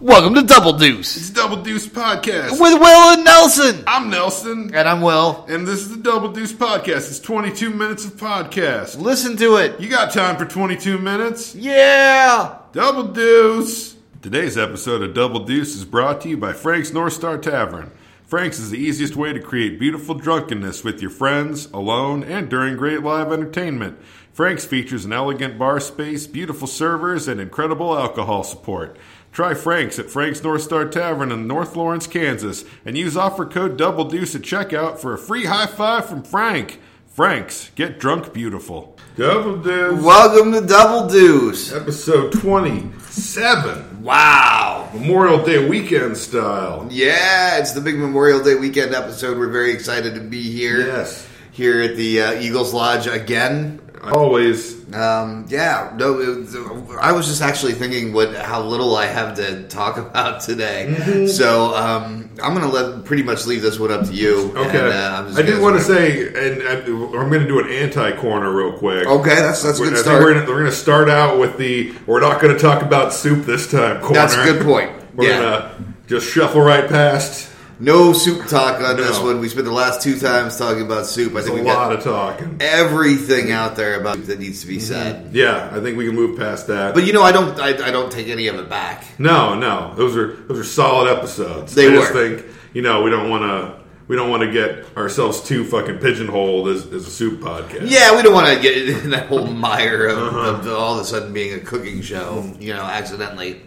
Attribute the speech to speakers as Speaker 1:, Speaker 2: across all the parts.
Speaker 1: Welcome to Double Deuce
Speaker 2: It's Double Deuce Podcast.
Speaker 1: with Will and Nelson.
Speaker 2: I'm Nelson,
Speaker 1: And I'm Will.
Speaker 2: and this is the Double Deuce Podcast. It's 22 minutes of podcast.
Speaker 1: Listen to it.
Speaker 2: You got time for 22 minutes?
Speaker 1: Yeah.
Speaker 2: Double Deuce! Today's episode of Double Deuce is brought to you by Frank's North Star Tavern. Frank's is the easiest way to create beautiful drunkenness with your friends, alone, and during great live entertainment. Frank's features an elegant bar space, beautiful servers, and incredible alcohol support. Try Frank's at Frank's North Star Tavern in North Lawrence, Kansas, and use offer code Double Deuce at checkout for a free high five from Frank. Frank's, get drunk beautiful. Double Deuce,
Speaker 1: Welcome to Double Deuce.
Speaker 2: episode 27.
Speaker 1: Wow.
Speaker 2: Memorial Day weekend style.
Speaker 1: Yeah, it's the big Memorial Day weekend episode. We're very excited to be here.
Speaker 2: Yes.
Speaker 1: Here at the uh, Eagles Lodge again.
Speaker 2: Always.
Speaker 1: Um, yeah, no, it, was- I was just actually thinking what how little I have to talk about today. So um, I'm going to let pretty much leave this one up to you.
Speaker 2: Okay.
Speaker 1: And, uh, I'm just
Speaker 2: I did
Speaker 1: gonna-
Speaker 2: want to say, and I, I'm going to do an anti corner real quick.
Speaker 1: Okay, that's Oh, that's a
Speaker 2: We're- I
Speaker 1: good
Speaker 2: think
Speaker 1: start.
Speaker 2: We're going to we're gonna start out with the we're not going to talk about soup this time corner.
Speaker 1: That's a good point.
Speaker 2: We're
Speaker 1: yeah.
Speaker 2: going to just shuffle right past.
Speaker 1: No soup talk on this
Speaker 2: No.
Speaker 1: one. We spent the last two times talking about soup. I
Speaker 2: There's
Speaker 1: think
Speaker 2: a
Speaker 1: we
Speaker 2: lot Mm-hmm.
Speaker 1: got
Speaker 2: of talking.
Speaker 1: everything out there about soup that needs to be said.
Speaker 2: Yeah, I think we can move past that.
Speaker 1: But you know, I don't. I, I don't take any of it back.
Speaker 2: No, no, those are those are solid episodes.
Speaker 1: They
Speaker 2: I just
Speaker 1: were.
Speaker 2: think you know we don't want to we don't want to get ourselves too fucking pigeonholed as, as a soup podcast.
Speaker 1: Yeah, we don't want to get in that whole mire of,
Speaker 2: Uh-huh.
Speaker 1: of the, all of a sudden being a cooking show. You know, accidentally.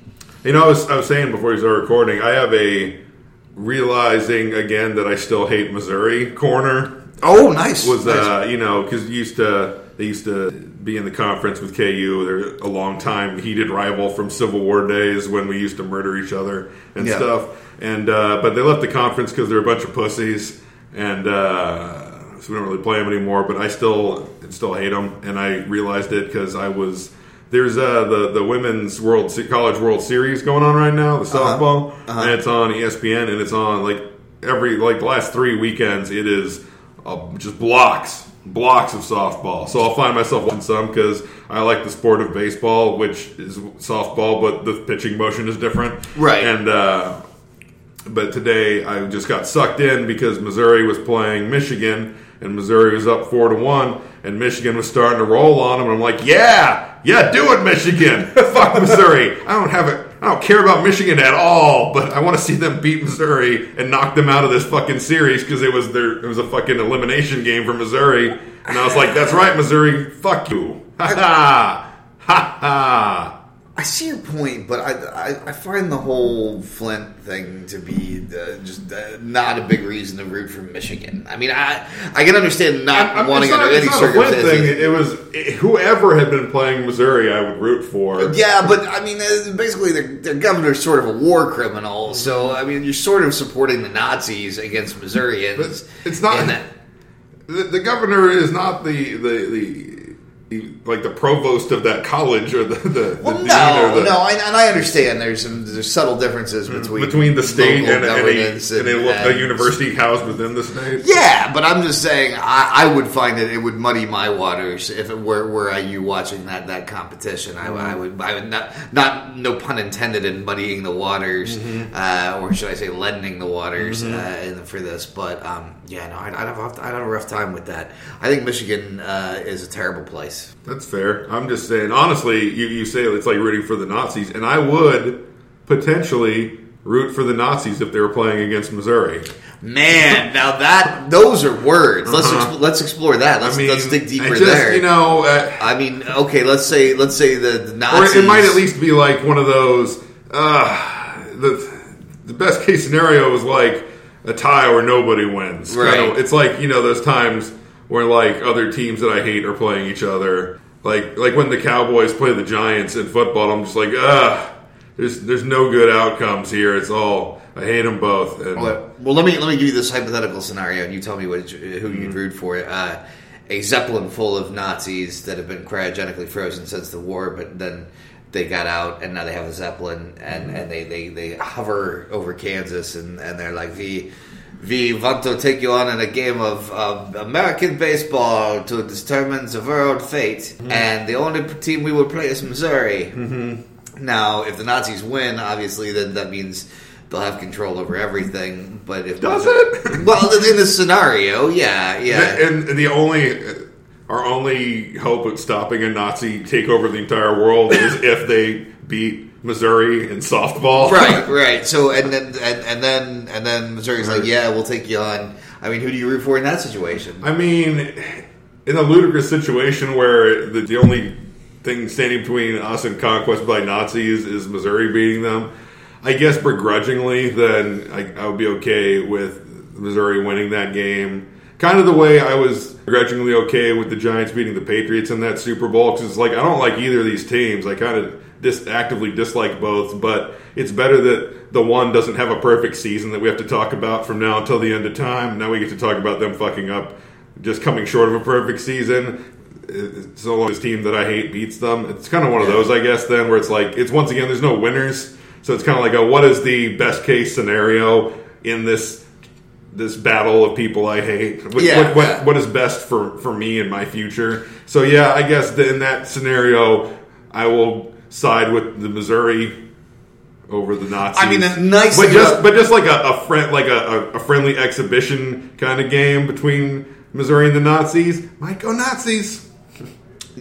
Speaker 2: You know, I was I was saying before we started recording, I have a realizing again that I still hate Missouri corner.
Speaker 1: Oh, nice.
Speaker 2: Was
Speaker 1: nice.
Speaker 2: uh, you know because used to they used to be in the conference with KU. They're a long time heated rival from Civil War days when we used to murder each other and
Speaker 1: Yeah.
Speaker 2: stuff. And uh, but they left the conference because they're a bunch of pussies, and uh, so we don't really play them anymore. But I still still hate them, and I realized it because I was. There's uh, the the women's world Se- college world series going on right now, the softball, and it's on E ESPN, and it's on like every like the last three weekends. It is uh, just blocks, blocks of softball. So I'll find myself watching some because I like the sport of baseball, which is softball, but the pitching motion is different,
Speaker 1: Right.
Speaker 2: And uh, but today I just got sucked in because Missouri was playing Michigan, and Missouri was up four to one, and Michigan was starting to roll on them. And I'm like, yeah, yeah, do it, Michigan. Fuck Missouri. I don't have it. I don't care about Michigan at all, but I want to see them beat Missouri and knock them out of this fucking series because it was their it was a fucking elimination game for Missouri. And I was like, that's right, Missouri. Fuck you. Ha ha. Ha ha.
Speaker 1: I see your point, but I, I, I find the whole Flint thing to be uh, just uh, not a big reason to root for Michigan. I mean, I I can understand not
Speaker 2: I'm-
Speaker 1: wanting
Speaker 2: it's not-
Speaker 1: under any
Speaker 2: it's not a Flint
Speaker 1: circumstances.
Speaker 2: Thing. It was it- whoever had been playing Missouri, I would root for.
Speaker 1: Yeah, but I mean, uh, basically, their, their governor's sort of a war criminal. So
Speaker 2: Mm-hmm.
Speaker 1: I mean, you're sort of supporting the Nazis against Missourians.
Speaker 2: But it's not-
Speaker 1: in that-
Speaker 2: The, the governor is not the the, the the like the provost of that college or the the, the
Speaker 1: well,
Speaker 2: dean
Speaker 1: no,
Speaker 2: or the, Mm,
Speaker 1: no, I, and I understand there's some there's subtle differences between
Speaker 2: between the state
Speaker 1: local
Speaker 2: and, and, a,
Speaker 1: governance
Speaker 2: and, a, lo- a
Speaker 1: and-
Speaker 2: university housed within the state.
Speaker 1: Yeah, but I'm just saying I, I would find that it would muddy my waters if it were were I you watching that that competition. I,
Speaker 2: Mm-hmm.
Speaker 1: I would I would not not no pun intended in muddying the waters,
Speaker 2: Mm-hmm.
Speaker 1: uh, or should I say leadening the waters uh, in- for this. But um, yeah, no, I'd, I'd, have, I'd have a rough time with that. I think Michigan uh, is a terrible place.
Speaker 2: That's fair. I'm just saying, honestly, you, you say it's like rooting for the Nazis, and I would potentially root for the Nazis if they were playing against Missouri.
Speaker 1: Man, now that those are words. Let's exp- let's explore that. Let's
Speaker 2: Uh-huh. I mean,
Speaker 1: let's dig
Speaker 2: I
Speaker 1: deeper
Speaker 2: just,
Speaker 1: there.
Speaker 2: You know, uh,
Speaker 1: I mean, okay, let's say let's say the, the
Speaker 2: or
Speaker 1: Nazis.
Speaker 2: it might at least be like one of those. Uh, the the best case scenario is like a tie where nobody wins. Kinda-
Speaker 1: Right.
Speaker 2: it's like you know those times where like other teams that I hate are playing each other. Like like when the Cowboys play the Giants in football, I'm just like, ugh. There's there's no good outcomes here. It's all I hate them both. And
Speaker 1: Well, well, let me let me give you this hypothetical scenario, and you tell me what who you'd root for. Uh, a zeppelin full of Nazis that have been cryogenically frozen since the war, but then they got out, and now they have a zeppelin, and, and they, they, they hover over Kansas, and, and they're like, "We we want to take you on in a game of, of American baseball to determine the world fate, and the only team we will play is Missouri." Now, if the Nazis win, obviously, then that means they'll have control over everything. But if
Speaker 2: Does it?
Speaker 1: well, in this scenario, yeah, yeah.
Speaker 2: And the only our only hope of stopping a Nazi takeover of the entire world is if they beat Missouri in softball.
Speaker 1: Right, right. So and then and, and then and then Missouri's like, yeah, we'll take you on. I mean, who do you root for in that situation?
Speaker 2: I mean, in a ludicrous situation where the, the only thing standing between us and conquest by Nazis is Missouri beating them, I guess begrudgingly, then I, I would be okay with Missouri winning that game. Kind of the way I was begrudgingly okay with the Giants beating the Patriots in that Super Bowl, because it's like I don't like either of these teams. I kind of dis- actively dislike both, but it's better that the one doesn't have a perfect season that we have to talk about from now until the end of time. Now we get to talk about them fucking up, just coming short of a perfect season. Uh, So long as team that I hate beats them, it's kind of one of
Speaker 1: Yeah.
Speaker 2: those, I guess. Then where it's like it's once again there's no winners, so it's kind of like a what is the best case scenario in this this battle of people I hate? What,
Speaker 1: Yeah.
Speaker 2: what, what, what is best for, for me and my future? So yeah, I guess that in that scenario, I will side with the Missouri over the Nazis.
Speaker 1: I mean, the nice
Speaker 2: but
Speaker 1: thing
Speaker 2: just
Speaker 1: about-
Speaker 2: but just like a, a friend, like a, a, a friendly exhibition kind of game between Missouri and the Nazis. Might go Nazis.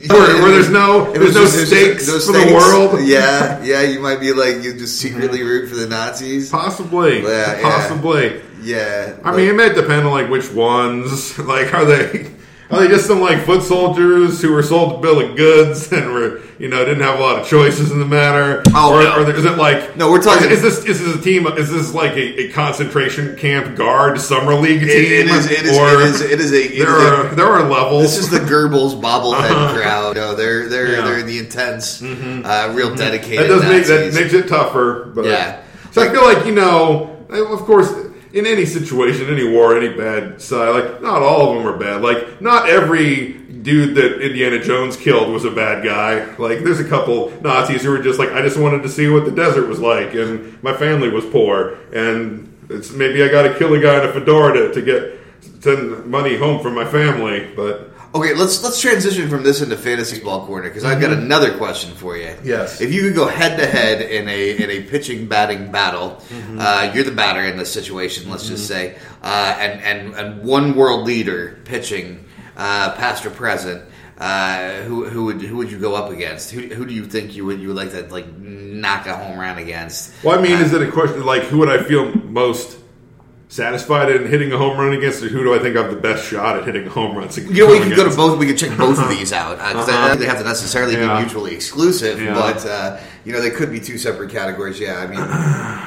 Speaker 2: Where, where there's no
Speaker 1: It
Speaker 2: there's
Speaker 1: was
Speaker 2: no
Speaker 1: just- it was just-
Speaker 2: stakes
Speaker 1: no
Speaker 2: for the
Speaker 1: stakes.
Speaker 2: world. Mm-hmm.
Speaker 1: Yeah, yeah. You might be like you just secretly root for the Nazis.
Speaker 2: Possibly,
Speaker 1: Yeah, yeah.
Speaker 2: possibly.
Speaker 1: Yeah,
Speaker 2: I
Speaker 1: like-
Speaker 2: mean, it might depend on like which ones. Like, are they are they just some like foot soldiers who were sold a bill of goods and were you know didn't have a lot of choices in the matter?
Speaker 1: Oh,
Speaker 2: or,
Speaker 1: no.
Speaker 2: or is it like
Speaker 1: No, we're talking-
Speaker 2: Is, this is this a team? Is this like a, a concentration camp guard summer league team?
Speaker 1: it, it is. It is.
Speaker 2: Or
Speaker 1: It is. It is a. It is
Speaker 2: there
Speaker 1: a
Speaker 2: are there are levels.
Speaker 1: this is the Goebbels bobblehead crowd. No, they're they're
Speaker 2: Yeah. Mm-hmm.
Speaker 1: they're the intense, uh, real dedicated.
Speaker 2: that does make that
Speaker 1: Nazis.
Speaker 2: makes it tougher. But
Speaker 1: Yeah.
Speaker 2: so I feel like you know, I- of course, in any situation, any war, any bad side, like not all of them are bad. Like not every dude that Indiana Jones killed was a bad guy. Like there's a couple Nazis who were just like, I just wanted to see what the desert was like, and my family was poor, and it's maybe I got to kill a guy in a fedora to, to get send money home for my family, but.
Speaker 1: Okay, let's let's transition from this into fantasy ball corner because I've got another question for you.
Speaker 2: Mm-hmm. Yes.
Speaker 1: if you could go head to head in a in a pitching batting battle,
Speaker 2: Mm-hmm.
Speaker 1: uh, you're the batter in this situation. Let's just say, uh, and and and one world leader pitching, uh, past or present. Uh, who who would who would you go up against? Who, who do you think you would you would like to like knock a home run against?
Speaker 2: Well, I mean, is it a question like who would I feel most satisfied in hitting a home run against, or who do I think I have the best shot at hitting a home runs against?
Speaker 1: Yeah, we can go to both. We can check both of these out because I
Speaker 2: Uh-huh.
Speaker 1: don't think they have to necessarily
Speaker 2: Yeah.
Speaker 1: be mutually exclusive,
Speaker 2: Yeah.
Speaker 1: but uh, you know they could be two separate categories. Yeah, I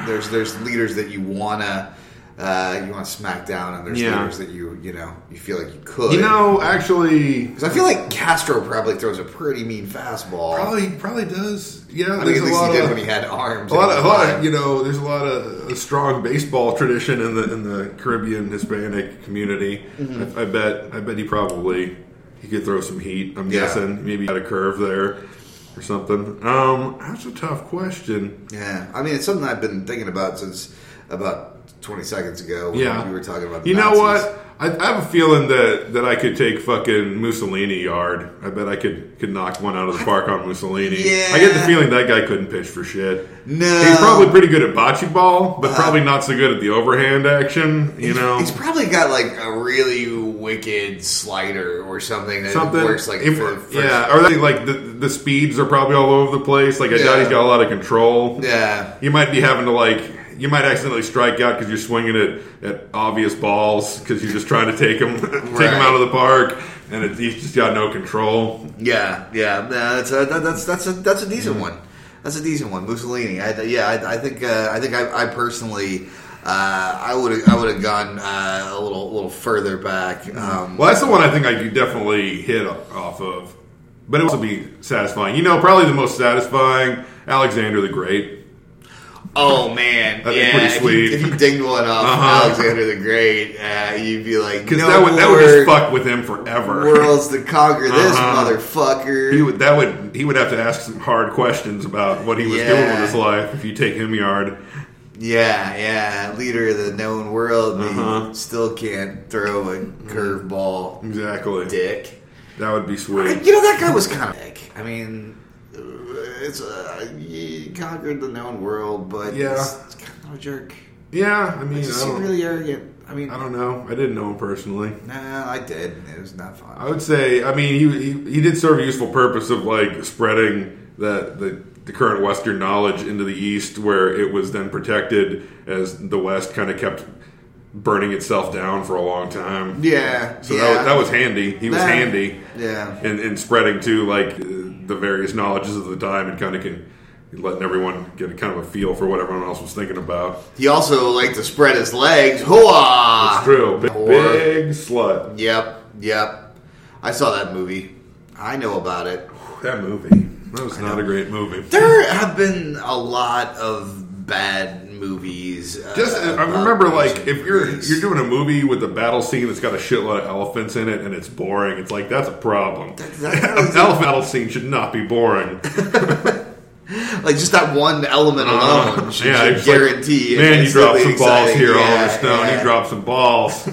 Speaker 1: mean, there's there's leaders that you wanna uh, you want to smack down, and there's
Speaker 2: Yeah.
Speaker 1: leaders that you you know you feel like you could.
Speaker 2: You know, actually,
Speaker 1: 'Cause I feel like Castro probably throws a pretty mean fastball.
Speaker 2: probably probably does. Yeah,
Speaker 1: I mean,
Speaker 2: there's
Speaker 1: at
Speaker 2: a
Speaker 1: least he
Speaker 2: lot
Speaker 1: did
Speaker 2: of
Speaker 1: when he had arms.
Speaker 2: a lot
Speaker 1: and
Speaker 2: of, a lot
Speaker 1: line.
Speaker 2: of, you know, there's a lot of a strong baseball tradition in the in the Caribbean Hispanic community.
Speaker 1: Mm-hmm.
Speaker 2: I, I bet I bet he probably he could throw some heat. I'm
Speaker 1: Yeah.
Speaker 2: guessing maybe had a curve there or something. Um, that's a tough question.
Speaker 1: yeah. I mean, it's something I've been thinking about since about 20 seconds ago. When
Speaker 2: Yeah,
Speaker 1: you were talking about. The
Speaker 2: You know
Speaker 1: Nazis.
Speaker 2: what? I, I have a feeling that, that I could take fucking Mussolini yard. I bet I could could knock one out of the park on Mussolini.
Speaker 1: Yeah.
Speaker 2: I get the feeling that guy couldn't pitch for shit.
Speaker 1: No. Uh.
Speaker 2: He's probably pretty good at bocce ball, but probably not so good at the overhand action. You know,
Speaker 1: He's probably got like a really wicked slider or something that
Speaker 2: something
Speaker 1: works like
Speaker 2: If-
Speaker 1: for, for
Speaker 2: yeah, or they, like the the speeds are probably all over the place. Like I doubt
Speaker 1: Yeah.
Speaker 2: he's got a lot of control.
Speaker 1: yeah.
Speaker 2: You might be having to like. You might accidentally strike out because you're swinging at, at obvious balls because you're just trying to take them, take 'em
Speaker 1: Right.
Speaker 2: out of the park, and it, he's just got no control.
Speaker 1: Yeah, yeah, Nah, that's a that, that's that's a that's a decent one. That's a decent one, Mussolini. I, yeah, I, I think uh, I think I, I personally uh, I would I would have gone uh, a little little further back.
Speaker 2: Mm-hmm.
Speaker 1: Um,
Speaker 2: Well, that's the one I think I could definitely hit off of, but it would also be satisfying. You know, probably the most satisfying Alexander the Great.
Speaker 1: oh man,
Speaker 2: That'd be
Speaker 1: yeah,
Speaker 2: pretty
Speaker 1: if you-
Speaker 2: sweet.
Speaker 1: If you, dinged one off
Speaker 2: Uh-huh.
Speaker 1: Alexander the Great, uh, you'd be like,
Speaker 2: Because
Speaker 1: no
Speaker 2: that would that would just
Speaker 1: more
Speaker 2: fuck with him forever.
Speaker 1: worlds to conquer this
Speaker 2: Uh-huh.
Speaker 1: motherfucker.
Speaker 2: He would that would he would have to ask some hard questions about what he was doing
Speaker 1: Yeah.
Speaker 2: with his life if you take him yard.
Speaker 1: Yeah, yeah. Leader of the known world, but you
Speaker 2: Uh-huh. Mm-hmm.
Speaker 1: still can't throw a curveball,
Speaker 2: Exactly,
Speaker 1: dick.
Speaker 2: that would be
Speaker 1: You
Speaker 2: sweet.
Speaker 1: know that guy was kind of dick. I mean, it's uh, he conquered the known world, but
Speaker 2: Yeah.
Speaker 1: it's, it's kind of a jerk.
Speaker 2: Yeah, I mean, I,
Speaker 1: He's just
Speaker 2: don't,
Speaker 1: really arrogant. I mean,
Speaker 2: I don't know. I didn't know him personally.
Speaker 1: nah, I did. It was not fun.
Speaker 2: I would say, I mean, he, he, he did serve a useful purpose of like spreading the, the the current Western knowledge into the East, where it was then protected as the West kind of kept burning itself down for a long time.
Speaker 1: yeah,
Speaker 2: So
Speaker 1: yeah.
Speaker 2: that, was, that was handy. He was
Speaker 1: Nah.
Speaker 2: handy
Speaker 1: yeah.
Speaker 2: in, in spreading to like the various knowledges of the time and kind of can letting everyone get a kind of a feel for what everyone else was thinking about.
Speaker 1: He also liked to spread his legs. Hooah!
Speaker 2: It's true. Big,
Speaker 1: Whore.
Speaker 2: big slut.
Speaker 1: Yep, yep. I saw that movie. I know about it.
Speaker 2: That movie. That was not a great movie.
Speaker 1: There have been a lot of bad movies. uh,
Speaker 2: Just I
Speaker 1: about
Speaker 2: remember like
Speaker 1: recent
Speaker 2: if you're
Speaker 1: movies.
Speaker 2: you're doing a movie with a battle scene that's got a shitload of elephants in it and it's boring, it's like that's a problem.
Speaker 1: that- that
Speaker 2: An
Speaker 1: was-
Speaker 2: elephant battle scene should not be boring.
Speaker 1: like just that one element
Speaker 2: Uh,
Speaker 1: alone Um, should, should
Speaker 2: it's like,
Speaker 1: guarantee. it
Speaker 2: man, you dropped some
Speaker 1: instantly
Speaker 2: balls
Speaker 1: exciting.
Speaker 2: here,
Speaker 1: Yeah,
Speaker 2: Oliver Stone.
Speaker 1: yeah.
Speaker 2: You dropped some balls.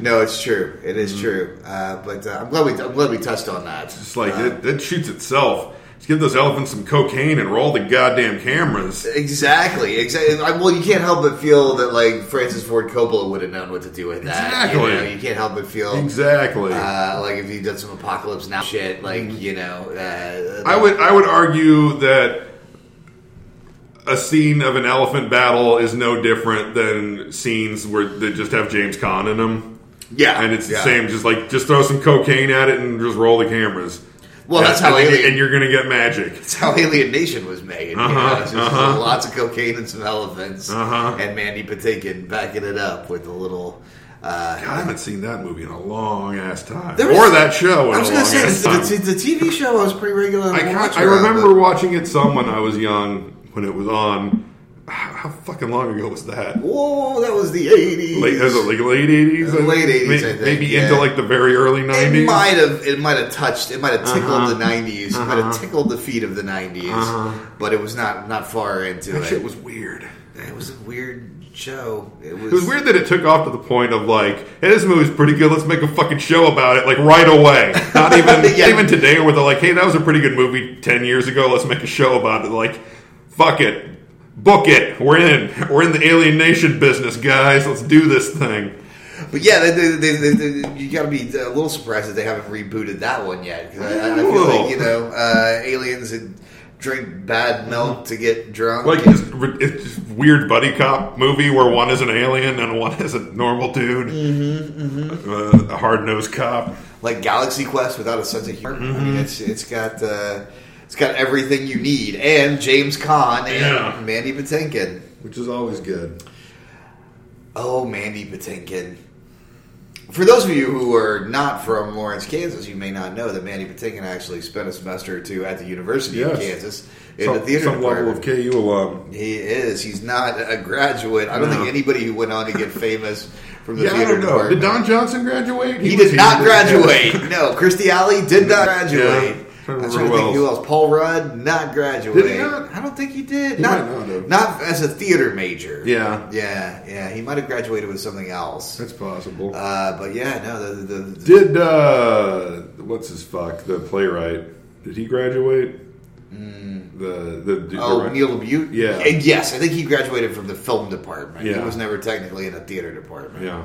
Speaker 1: No, it's true. It
Speaker 2: Mm.
Speaker 1: is true. Uh, but uh, I'm glad we I'm glad we touched on that.
Speaker 2: It's like it, it shoots itself. Just give those elephants some cocaine and roll the goddamn cameras.
Speaker 1: Uh, Exactly. Exactly. I, well, you can't help but feel that like Francis Ford Coppola would have known what to do with that. You,
Speaker 2: Exactly.
Speaker 1: know, you can't help but feel
Speaker 2: Exactly.
Speaker 1: uh, like if you did some apocalypse now shit, like you know, uh,
Speaker 2: Mm. I would I would argue that a scene of an elephant battle is no different than scenes where they just have James Caan in them.
Speaker 1: yeah,
Speaker 2: And it's the
Speaker 1: yeah.
Speaker 2: same, just like just throw some cocaine at it and just roll the cameras.
Speaker 1: Well, that's how
Speaker 2: and,
Speaker 1: Alien-
Speaker 2: and you're gonna get magic.
Speaker 1: That's how Alien Nation was made. you know,
Speaker 2: Uh-huh,
Speaker 1: it's just
Speaker 2: uh-huh.
Speaker 1: lots of cocaine and some elephants,
Speaker 2: Uh-huh.
Speaker 1: and Mandy Patinkin backing it up with a little. Uh,
Speaker 2: I haven't seen that movie in a long ass time,
Speaker 1: There
Speaker 2: or
Speaker 1: was-
Speaker 2: that show
Speaker 1: I
Speaker 2: in
Speaker 1: was
Speaker 2: a
Speaker 1: gonna
Speaker 2: long
Speaker 1: say
Speaker 2: ass time.
Speaker 1: the, the, the TV show I was pretty regular.
Speaker 2: I,
Speaker 1: to watch
Speaker 2: can't- I
Speaker 1: around,
Speaker 2: remember
Speaker 1: but-
Speaker 2: watching it some when I was young when it was on. How how fucking long ago was that?
Speaker 1: Whoa, that was the eighties.
Speaker 2: Late, was it like late eighties?
Speaker 1: Late 80s, I think,
Speaker 2: Maybe
Speaker 1: yeah.
Speaker 2: into like the very early nineties.
Speaker 1: It might have it might have touched it might have tickled
Speaker 2: Uh-huh.
Speaker 1: the 90s it might have tickled the feet of the 90s
Speaker 2: Uh-huh.
Speaker 1: but it was not not far into
Speaker 2: That
Speaker 1: it
Speaker 2: shit was weird. It
Speaker 1: it was a weird show it was,
Speaker 2: was weird that it took off to the point of like, hey, this movie's pretty good. Let's make a fucking show about it, like right away. Not even
Speaker 1: Yeah.
Speaker 2: not even today, where they're like, hey, that was a pretty good movie ten years ago. Let's make a show about it. Like, fuck it, book it. We're in. We're in the alienation business, guys. Let's do this thing.
Speaker 1: but yeah they, they, they, they, they- you gotta be a little surprised that they haven't rebooted that one yet 'cause I, I feel
Speaker 2: Ooh.
Speaker 1: like you know uh, aliens had drink bad milk to get drunk
Speaker 2: Like it's, it's just weird buddy cop movie where one is an alien and one is a normal dude, Uh, a hard nosed cop.
Speaker 1: like Galaxy Quest without a sense of humor. I
Speaker 2: Mm-hmm.
Speaker 1: mean, it's it's got uh, it's got everything you need, and James Caan and
Speaker 2: Yeah.
Speaker 1: Mandy Patinkin.
Speaker 2: which is always good.
Speaker 1: Oh, Mandy Patinkin. For those of you who are not from Lawrence, Kansas, you may not know that Mandy Patinkin actually spent a semester or two at the University of
Speaker 2: Yes.
Speaker 1: Kansas in
Speaker 2: some
Speaker 1: the theater
Speaker 2: some level
Speaker 1: department.
Speaker 2: of KU alum.
Speaker 1: He is. He's not a graduate. I don't
Speaker 2: No.
Speaker 1: think anybody who went on to get famous from the
Speaker 2: Yeah, I
Speaker 1: theater
Speaker 2: don't know.
Speaker 1: department.
Speaker 2: Did Don Johnson graduate?
Speaker 1: He
Speaker 2: was
Speaker 1: did not
Speaker 2: here.
Speaker 1: graduate. No, Christy Alley did not
Speaker 2: Yeah.
Speaker 1: graduate.
Speaker 2: Trying to
Speaker 1: I'm
Speaker 2: remember
Speaker 1: trying to
Speaker 2: who
Speaker 1: think who
Speaker 2: else.
Speaker 1: else. Paul Rudd not graduate.
Speaker 2: Did he not?
Speaker 1: I don't think he did.
Speaker 2: He
Speaker 1: not,
Speaker 2: might not have.
Speaker 1: not as a theater major.
Speaker 2: Yeah,
Speaker 1: yeah, yeah. He might have graduated with something else.
Speaker 2: that's possible.
Speaker 1: Uh, but yeah, no. The, the, the,
Speaker 2: did uh, what's his fuck the playwright? Did he graduate? The the, the
Speaker 1: Mm. oh,
Speaker 2: the-
Speaker 1: Neil Butte.
Speaker 2: Yeah.
Speaker 1: Yes, I think he graduated from the film department. He
Speaker 2: Yeah.
Speaker 1: was never technically in a theater department.
Speaker 2: Yeah,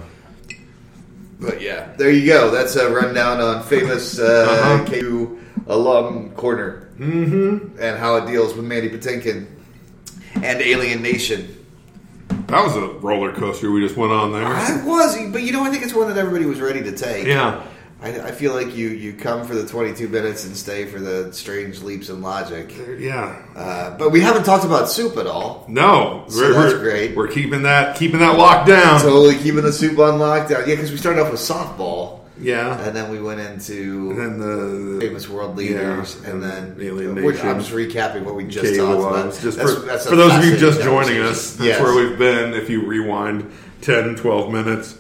Speaker 1: But yeah, there you go. That's a rundown on famous uh,
Speaker 2: Uh-huh.
Speaker 1: KU alum corner mm-hmm. and how it deals with Mandy Patinkin and Alien Nation.
Speaker 2: that was a roller coaster we just went on there.
Speaker 1: I was, but you know, I think it's one that everybody was ready to take.
Speaker 2: Yeah,
Speaker 1: I, I feel like you you come for the 22 minutes and stay for the strange leaps in logic.
Speaker 2: yeah.
Speaker 1: Uh, but we haven't talked about soup at all.
Speaker 2: No,
Speaker 1: So that's
Speaker 2: we're,
Speaker 1: great.
Speaker 2: We're keeping that keeping that locked down.
Speaker 1: Totally keeping the soup on lockdown. Yeah, because we started off with softball,
Speaker 2: yeah,
Speaker 1: and then we went into
Speaker 2: and then the
Speaker 1: famous world leaders,
Speaker 2: Yeah,
Speaker 1: and, then
Speaker 2: and Alien
Speaker 1: we're- I'm
Speaker 2: Nation.
Speaker 1: just recapping what we just
Speaker 2: Okay,
Speaker 1: talked
Speaker 2: well,
Speaker 1: about.
Speaker 2: it's just
Speaker 1: That's-
Speaker 2: for,
Speaker 1: that's a
Speaker 2: for those of you just
Speaker 1: fascinating
Speaker 2: joining us,
Speaker 1: conversation.
Speaker 2: that's
Speaker 1: Yes.
Speaker 2: where we've been. If you rewind 10, 12 minutes.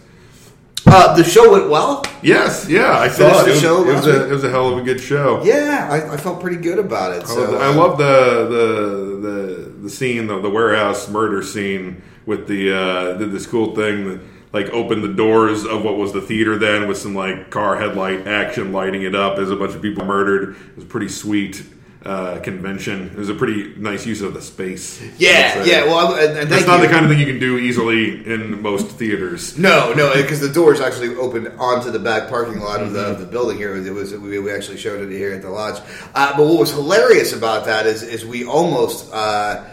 Speaker 1: Uh, the show went well.
Speaker 2: Yes, yeah, I
Speaker 1: Finished
Speaker 2: saw it.
Speaker 1: the
Speaker 2: It was,
Speaker 1: show
Speaker 2: it, was
Speaker 1: last
Speaker 2: a,
Speaker 1: week?
Speaker 2: it was a hell of a good show.
Speaker 1: Yeah, I, I felt pretty good about it.
Speaker 2: I
Speaker 1: So um,
Speaker 2: love, Oh, the, I love the, the the the scene, the, the warehouse murder scene with the uh, did this cool thing. The, like opened the doors of what was the theater then with some like car headlight action lighting it up as a bunch of people murdered. It was a pretty sweet uh, convention. It was a pretty nice use of the space.
Speaker 1: Yeah,
Speaker 2: I'd say.
Speaker 1: yeah. Well, I- and, and
Speaker 2: That's
Speaker 1: thank
Speaker 2: not
Speaker 1: you.
Speaker 2: the kind of thing you can do easily in most theaters.
Speaker 1: No, no, because the doors actually opened onto the back parking lot of the, of the building here. It was we, we actually showed it here at the lodge. Uh, but what was hilarious about that is is we almost uh,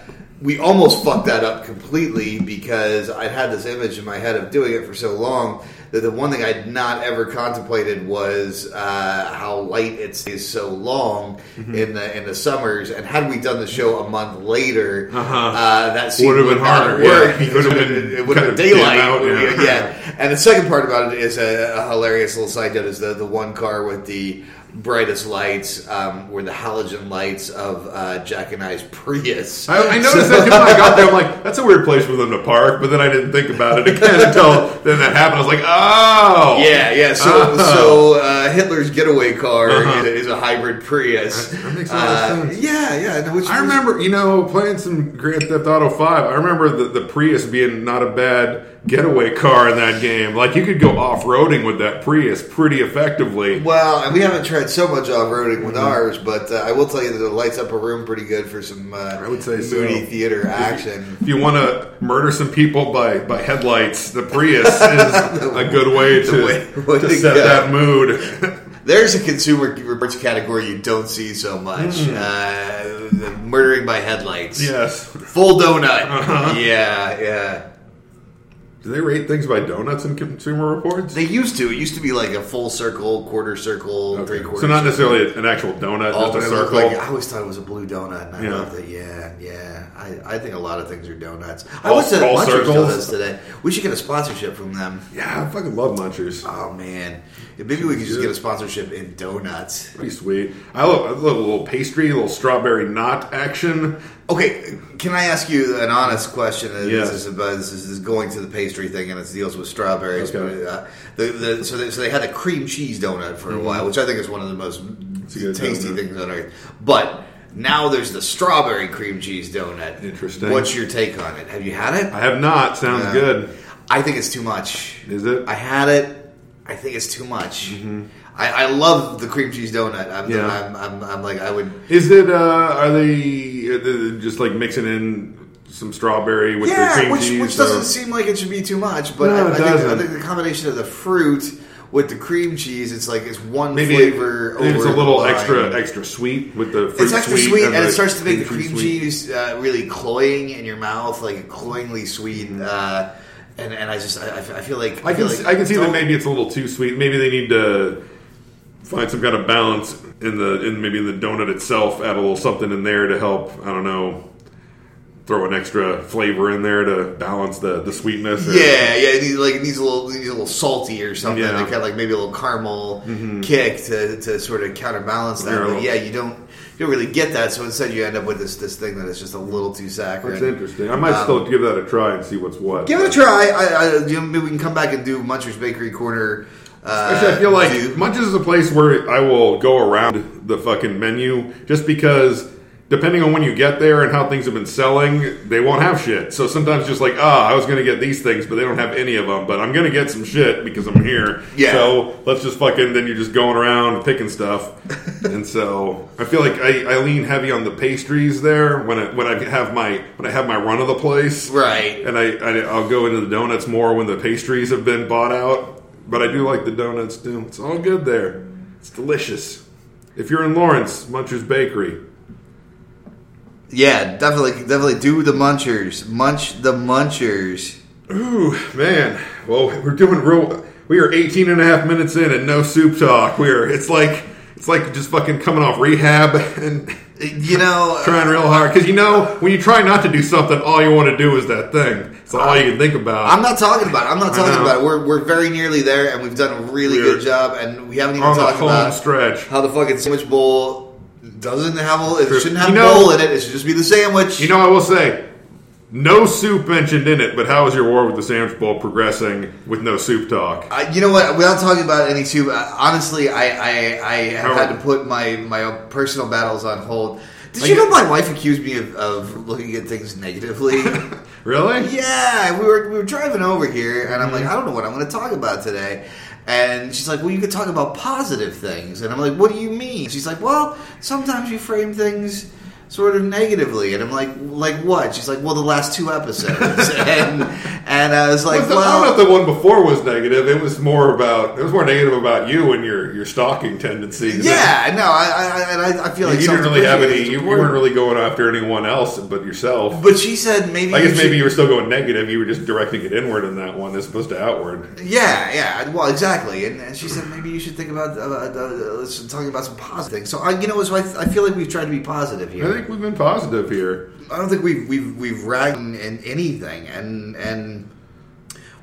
Speaker 1: we almost fucked that up completely because I'd had this image in my head of doing it for so long that the one thing I'd not ever contemplated was uh, how light it stays so long in the in the summers. And had we done the show a month later, uh that scene
Speaker 2: Would've
Speaker 1: would
Speaker 2: been
Speaker 1: not have
Speaker 2: harder, yeah.
Speaker 1: worked because It would have
Speaker 2: Could've been
Speaker 1: been, it would have been
Speaker 2: kinda dim
Speaker 1: daylight.
Speaker 2: out,
Speaker 1: yeah.
Speaker 2: yeah.
Speaker 1: yeah. And the second part about it is a, a hilarious little side note is the, the one car with the brightest lights um, were the halogen lights of uh, Jack and I's Prius.
Speaker 2: I, I noticed that too when I got there. I'm like, that's a weird place for them to park. But then I didn't think about it again until then that happened. I was like, oh,
Speaker 1: Yeah, yeah. So,
Speaker 2: Oh. Uh-huh.
Speaker 1: so uh, Hitler's getaway car is, is a hybrid Prius.
Speaker 2: that makes a lot of
Speaker 1: Uh,
Speaker 2: sense.
Speaker 1: Yeah, yeah. no, Which
Speaker 2: I
Speaker 1: was-
Speaker 2: remember, you know, playing some Grand Theft Auto Five. I remember the, the Prius being not a bad getaway car in that game. Like you could go off roading with that Prius pretty effectively.
Speaker 1: Well, and we haven't tried so much off roading
Speaker 2: Mm-hmm.
Speaker 1: with ours, but uh, I will tell you that it lights up a room pretty good for some uh, I
Speaker 2: would say so.
Speaker 1: moody theater action.
Speaker 2: If you want to murder some people by, by headlights, the Prius is a good way to,
Speaker 1: way- way
Speaker 2: to
Speaker 1: to
Speaker 2: set
Speaker 1: go.
Speaker 2: that mood.
Speaker 1: There's a consumer reports category you don't see so much.
Speaker 2: Mm.
Speaker 1: Uh, the murdering by headlights.
Speaker 2: yes.
Speaker 1: Full donut.
Speaker 2: Uh-huh.
Speaker 1: Yeah, yeah.
Speaker 2: Do they rate things by donuts in Consumer Reports?
Speaker 1: They used to. It used to be like a full circle, quarter circle, three
Speaker 2: Okay.
Speaker 1: quarters.
Speaker 2: So not necessarily an actual donut, just a circle.
Speaker 1: I always thought it was a blue donut, and I
Speaker 2: Yeah.
Speaker 1: loved it. Yeah, yeah. I, I think a lot of things are donuts. I
Speaker 2: All-
Speaker 1: was at
Speaker 2: all
Speaker 1: Muncher's
Speaker 2: circles?
Speaker 1: Donuts today. We should get a sponsorship from them.
Speaker 2: yeah, I fucking love Munchers.
Speaker 1: Oh man, maybe we could just get a sponsorship in donuts.
Speaker 2: Pretty sweet. I love, I love a little pastry, a little strawberry knot action.
Speaker 1: Okay, can I ask you an honest question? Uh,
Speaker 2: Yes.
Speaker 1: This is about this is going to the pastry thing, and it deals with strawberries.
Speaker 2: Okay. Mm-hmm.
Speaker 1: But, uh, the, the, so, they, so they had a cream cheese donut for a while, which I think is one of the most
Speaker 2: a good
Speaker 1: tasty
Speaker 2: donut.
Speaker 1: things on earth. But now there's the strawberry cream cheese donut.
Speaker 2: Interesting.
Speaker 1: What's your take on it? Have you had it?
Speaker 2: I have not. Sounds
Speaker 1: Yeah.
Speaker 2: good.
Speaker 1: I think it's too much.
Speaker 2: Is it?
Speaker 1: I had it. I think it's too much. I, I love the cream cheese donut. I'm,
Speaker 2: Mm-hmm. Yeah.
Speaker 1: I'm, I'm, I'm like I would.
Speaker 2: Is it? Uh, are they are they just like mixing in some strawberry with their
Speaker 1: Yeah,
Speaker 2: cream
Speaker 1: which,
Speaker 2: cheese?
Speaker 1: which
Speaker 2: so-
Speaker 1: doesn't seem like it should be too much, but
Speaker 2: No,
Speaker 1: I,
Speaker 2: it
Speaker 1: I, think, I
Speaker 2: doesn't.
Speaker 1: think the combination of the fruit with the cream cheese, it's like it's one
Speaker 2: maybe it-
Speaker 1: flavor.
Speaker 2: maybe it's
Speaker 1: over
Speaker 2: a little
Speaker 1: the line.
Speaker 2: extra extra sweet with the fruit
Speaker 1: It's extra sweet, and,
Speaker 2: the
Speaker 1: it starts to make the
Speaker 2: pastry
Speaker 1: cream
Speaker 2: sweet.
Speaker 1: cheese uh, really cloying in your mouth, like cloyingly sweet. Uh, and and I just I, I fe- I feel like
Speaker 2: Mm. I can
Speaker 1: feel like
Speaker 2: I can see that
Speaker 1: don't-
Speaker 2: maybe it's a little too sweet. Maybe they need to find some kind of balance in the in maybe the donut itself. Add a little something in there to help. I don't know. Throw an extra flavor in there to balance the the sweetness. or-
Speaker 1: Yeah, yeah, it needs, like it needs a little, it needs a little salty or something.
Speaker 2: Yeah. Mm-hmm.
Speaker 1: Like kind of like maybe a little caramel kick to, to sort of counterbalance that.
Speaker 2: Yeah, a
Speaker 1: but
Speaker 2: little-
Speaker 1: yeah, you don't you don't really get that. So instead, you end up with this this thing that is just a little too
Speaker 2: That's
Speaker 1: saccharine.
Speaker 2: interesting. I might still give that a try and see what's what.
Speaker 1: Um, Give it a try. I, I, you know, maybe we can come back and do Muncher's Bakery Corner. Uh,
Speaker 2: Actually, I feel like
Speaker 1: do.
Speaker 2: Munch is a place where I will go around the fucking menu just because, depending on when you get there and how things have been selling, they won't have shit. So sometimes just like, ah, I was going to get these things, but they don't have any of them. But I'm going to get some shit because I'm here.
Speaker 1: Yeah.
Speaker 2: So let's just fucking. Then you're just going around picking stuff, and so I feel like I, I lean heavy on the pastries there when I, when I have my when I have my run of the place.
Speaker 1: right.
Speaker 2: And I, I I'll go into the donuts more when the pastries have been bought out. But I do like the donuts too. It's all good there. It's delicious. If you're in Lawrence, Muncher's Bakery.
Speaker 1: Yeah, definitely, definitely do the Munchers. Munch the Munchers.
Speaker 2: Ooh, man. Well, we're doing real. We are 18 and a half minutes in and no soup talk. We're it's like it's like just fucking coming off rehab and
Speaker 1: You know,
Speaker 2: trying real hard because you know when you try not to do something, all you want to do is that thing. It's all you can think about.
Speaker 1: I'm not talking about it. I'm not
Speaker 2: I
Speaker 1: talking
Speaker 2: know.
Speaker 1: about it. We're, we're very nearly there, and we've done a really
Speaker 2: We're
Speaker 1: good job, and we haven't even
Speaker 2: on the
Speaker 1: talked
Speaker 2: home
Speaker 1: about
Speaker 2: stretch.
Speaker 1: how the fucking sandwich bowl doesn't have a it
Speaker 2: True.
Speaker 1: shouldn't have
Speaker 2: You
Speaker 1: a
Speaker 2: know-
Speaker 1: bowl in it. It should just be the sandwich.
Speaker 2: You know, I will say, no soup mentioned in it, but how is your war with the sandwich bowl progressing with no soup talk?
Speaker 1: I, you know what? Without talking about any soup, uh, honestly, I I, I have
Speaker 2: How-
Speaker 1: had to put my my personal battles on hold. Did you know my wife accused me of, of looking at things negatively?
Speaker 2: Really?
Speaker 1: yeah, we were we were driving over here, and I'm
Speaker 2: Mm-hmm.
Speaker 1: like, I don't know what I'm going to talk about today. And she's like, Well, you could talk about positive things. And I'm like, What do you mean? She's like, Well, sometimes you frame things sort of negatively. And I'm like, Like what? She's like, Well, the last two episodes. and and I was like,
Speaker 2: Well, the- I
Speaker 1: Well,
Speaker 2: don't know if the one before was negative. It was more about it was more negative about you and your your stalking tendencies.
Speaker 1: yeah, no, I I, and I, I feel like
Speaker 2: you didn't really have any.
Speaker 1: self-depreciation is
Speaker 2: You
Speaker 1: important.
Speaker 2: weren't really going after anyone else but yourself.
Speaker 1: But she said maybe.
Speaker 2: I
Speaker 1: you
Speaker 2: guess
Speaker 1: should-
Speaker 2: maybe you were still going negative. You were just directing it inward in that one as opposed to outward.
Speaker 1: Yeah, yeah. Well, exactly. And, and she said maybe you should think about uh, uh, uh, some- talking about some positive things. So I, you know, so I, I feel like we've tried to be positive
Speaker 2: I
Speaker 1: here.
Speaker 2: think we've been positive here.
Speaker 1: I don't think we've we've we've ragged in in anything, and and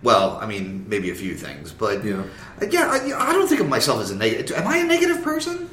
Speaker 1: well, I mean, maybe a few things, but
Speaker 2: Yeah.
Speaker 1: again, I, I don't think of myself as a negative. Am I a negative person?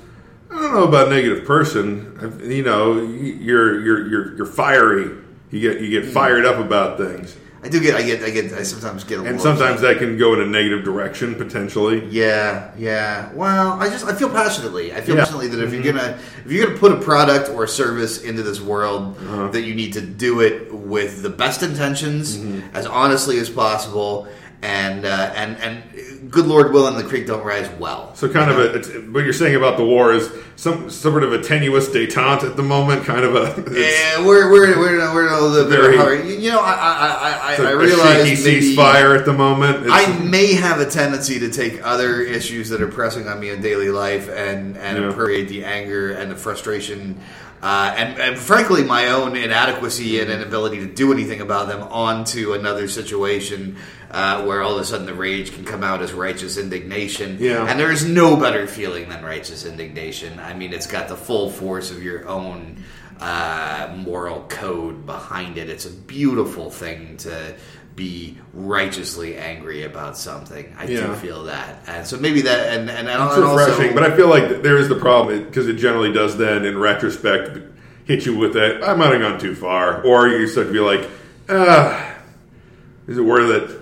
Speaker 2: I don't know about negative person. You know, you're you're you're, you're fiery. You get you get fired up about things,
Speaker 1: I do get, I get, I get, I sometimes get a
Speaker 2: and
Speaker 1: little
Speaker 2: sometimes that can go in a negative direction potentially.
Speaker 1: Yeah, yeah. Well, I just I feel passionately. I feel
Speaker 2: Yeah.
Speaker 1: passionately that if you're gonna if you're gonna put a product or a service into this world,
Speaker 2: Uh-huh.
Speaker 1: that you need to do it with the best intentions,
Speaker 2: Mm-hmm.
Speaker 1: as honestly as possible, and uh, and and good Lord willing, the creek don't rise well.
Speaker 2: So kind of a it's, what you're saying about the war is some sort of a tenuous détente at the moment. Kind of a it's,
Speaker 1: Yeah, Eh, we're we're we're we're a little bit
Speaker 2: Very-
Speaker 1: hard. You you know, I I I,
Speaker 2: it's
Speaker 1: I, I
Speaker 2: a- a
Speaker 1: realize
Speaker 2: shaky
Speaker 1: maybe-
Speaker 2: ceasefire at the moment. It's-
Speaker 1: I may have a tendency to take other issues that are pressing on me in daily life and and
Speaker 2: Yeah.
Speaker 1: appropriate the anger and the frustration. Uh, and, and frankly, my own inadequacy and inability to do anything about them onto another situation uh, where all of a sudden the rage can come out as righteous indignation.
Speaker 2: Yeah.
Speaker 1: And there is no better feeling than righteous indignation. I mean, it's got the full force of your own uh, moral code behind it. It's a beautiful thing to be righteously angry about something. I do
Speaker 2: Yeah.
Speaker 1: feel that, and so maybe that, and and, and,
Speaker 2: It's
Speaker 1: also,
Speaker 2: refreshing, but I feel like there is the problem because it generally does then, in retrospect, hit you with that I might have gone too far, or you start to be like, ah, is it worth it?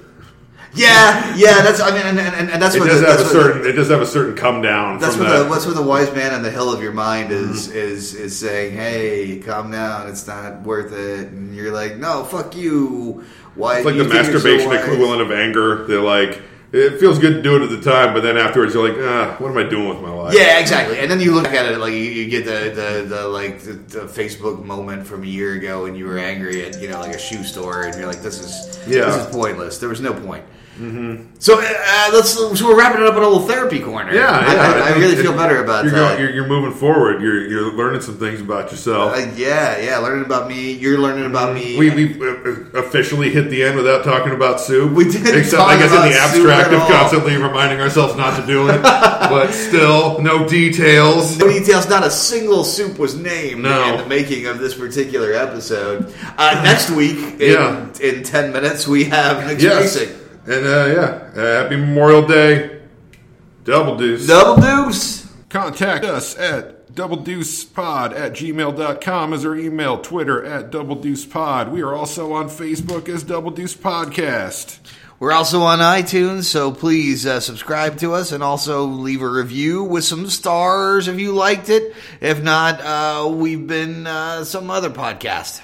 Speaker 1: yeah, yeah, that's I mean, and, and, and- and that's
Speaker 2: It
Speaker 1: what
Speaker 2: does
Speaker 1: the,
Speaker 2: have
Speaker 1: that's
Speaker 2: a
Speaker 1: what-
Speaker 2: certain. it does have a certain come down.
Speaker 1: That's
Speaker 2: from Mm-hmm.
Speaker 1: what
Speaker 2: that.
Speaker 1: the that's what the wise man on the hill of your mind is is is saying. Hey, calm down. It's not worth it. And you're like, no, fuck you. Why?
Speaker 2: It's like
Speaker 1: you
Speaker 2: the
Speaker 1: think you're so
Speaker 2: masturbation
Speaker 1: wise."
Speaker 2: equivalent of anger. They're like, it feels good to do it at the time, but then afterwards you're like, ah, what am I doing with my life?
Speaker 1: Yeah, exactly. And then you look at it like you, you get the, the, the like the, the Facebook moment from a year ago, and you were angry at you know like a shoe store, and you're like, this is
Speaker 2: Yeah. Mm-hmm.
Speaker 1: this is pointless. There was no point. So uh, let's so we're wrapping it up in a little therapy corner.
Speaker 2: Yeah,
Speaker 1: I,
Speaker 2: yeah.
Speaker 1: I, I
Speaker 2: It-
Speaker 1: really
Speaker 2: it-
Speaker 1: feel better about
Speaker 2: you're
Speaker 1: that.
Speaker 2: Going, you're, you're moving forward. You're you're learning some things about yourself.
Speaker 1: uh, yeah, yeah. Learning about me, you're learning about me.
Speaker 2: Mm-hmm. We, we uh, officially hit the end without talking about soup.
Speaker 1: We didn't
Speaker 2: except
Speaker 1: talk
Speaker 2: I guess in the
Speaker 1: about soup
Speaker 2: abstract
Speaker 1: at
Speaker 2: of
Speaker 1: all.
Speaker 2: constantly reminding ourselves not to do it, but still no details.
Speaker 1: No details. Not a single soup was named
Speaker 2: No.
Speaker 1: in the making of this particular episode. Uh, next week, in,
Speaker 2: Yeah.
Speaker 1: in ten minutes, we have next
Speaker 2: Yes,
Speaker 1: Basic.
Speaker 2: and uh, yeah, uh, happy Memorial Day, Double Deuce.
Speaker 1: Double deuce.
Speaker 2: Contact us at doubledeucepod at gmail.com is our email, Twitter at doubledeucepod. We are also on Facebook as Double Deuce Podcast.
Speaker 1: We're also on iTunes, so please uh, subscribe to us and also leave a review with some stars if you liked it. If not, uh, we've been uh, some other podcast.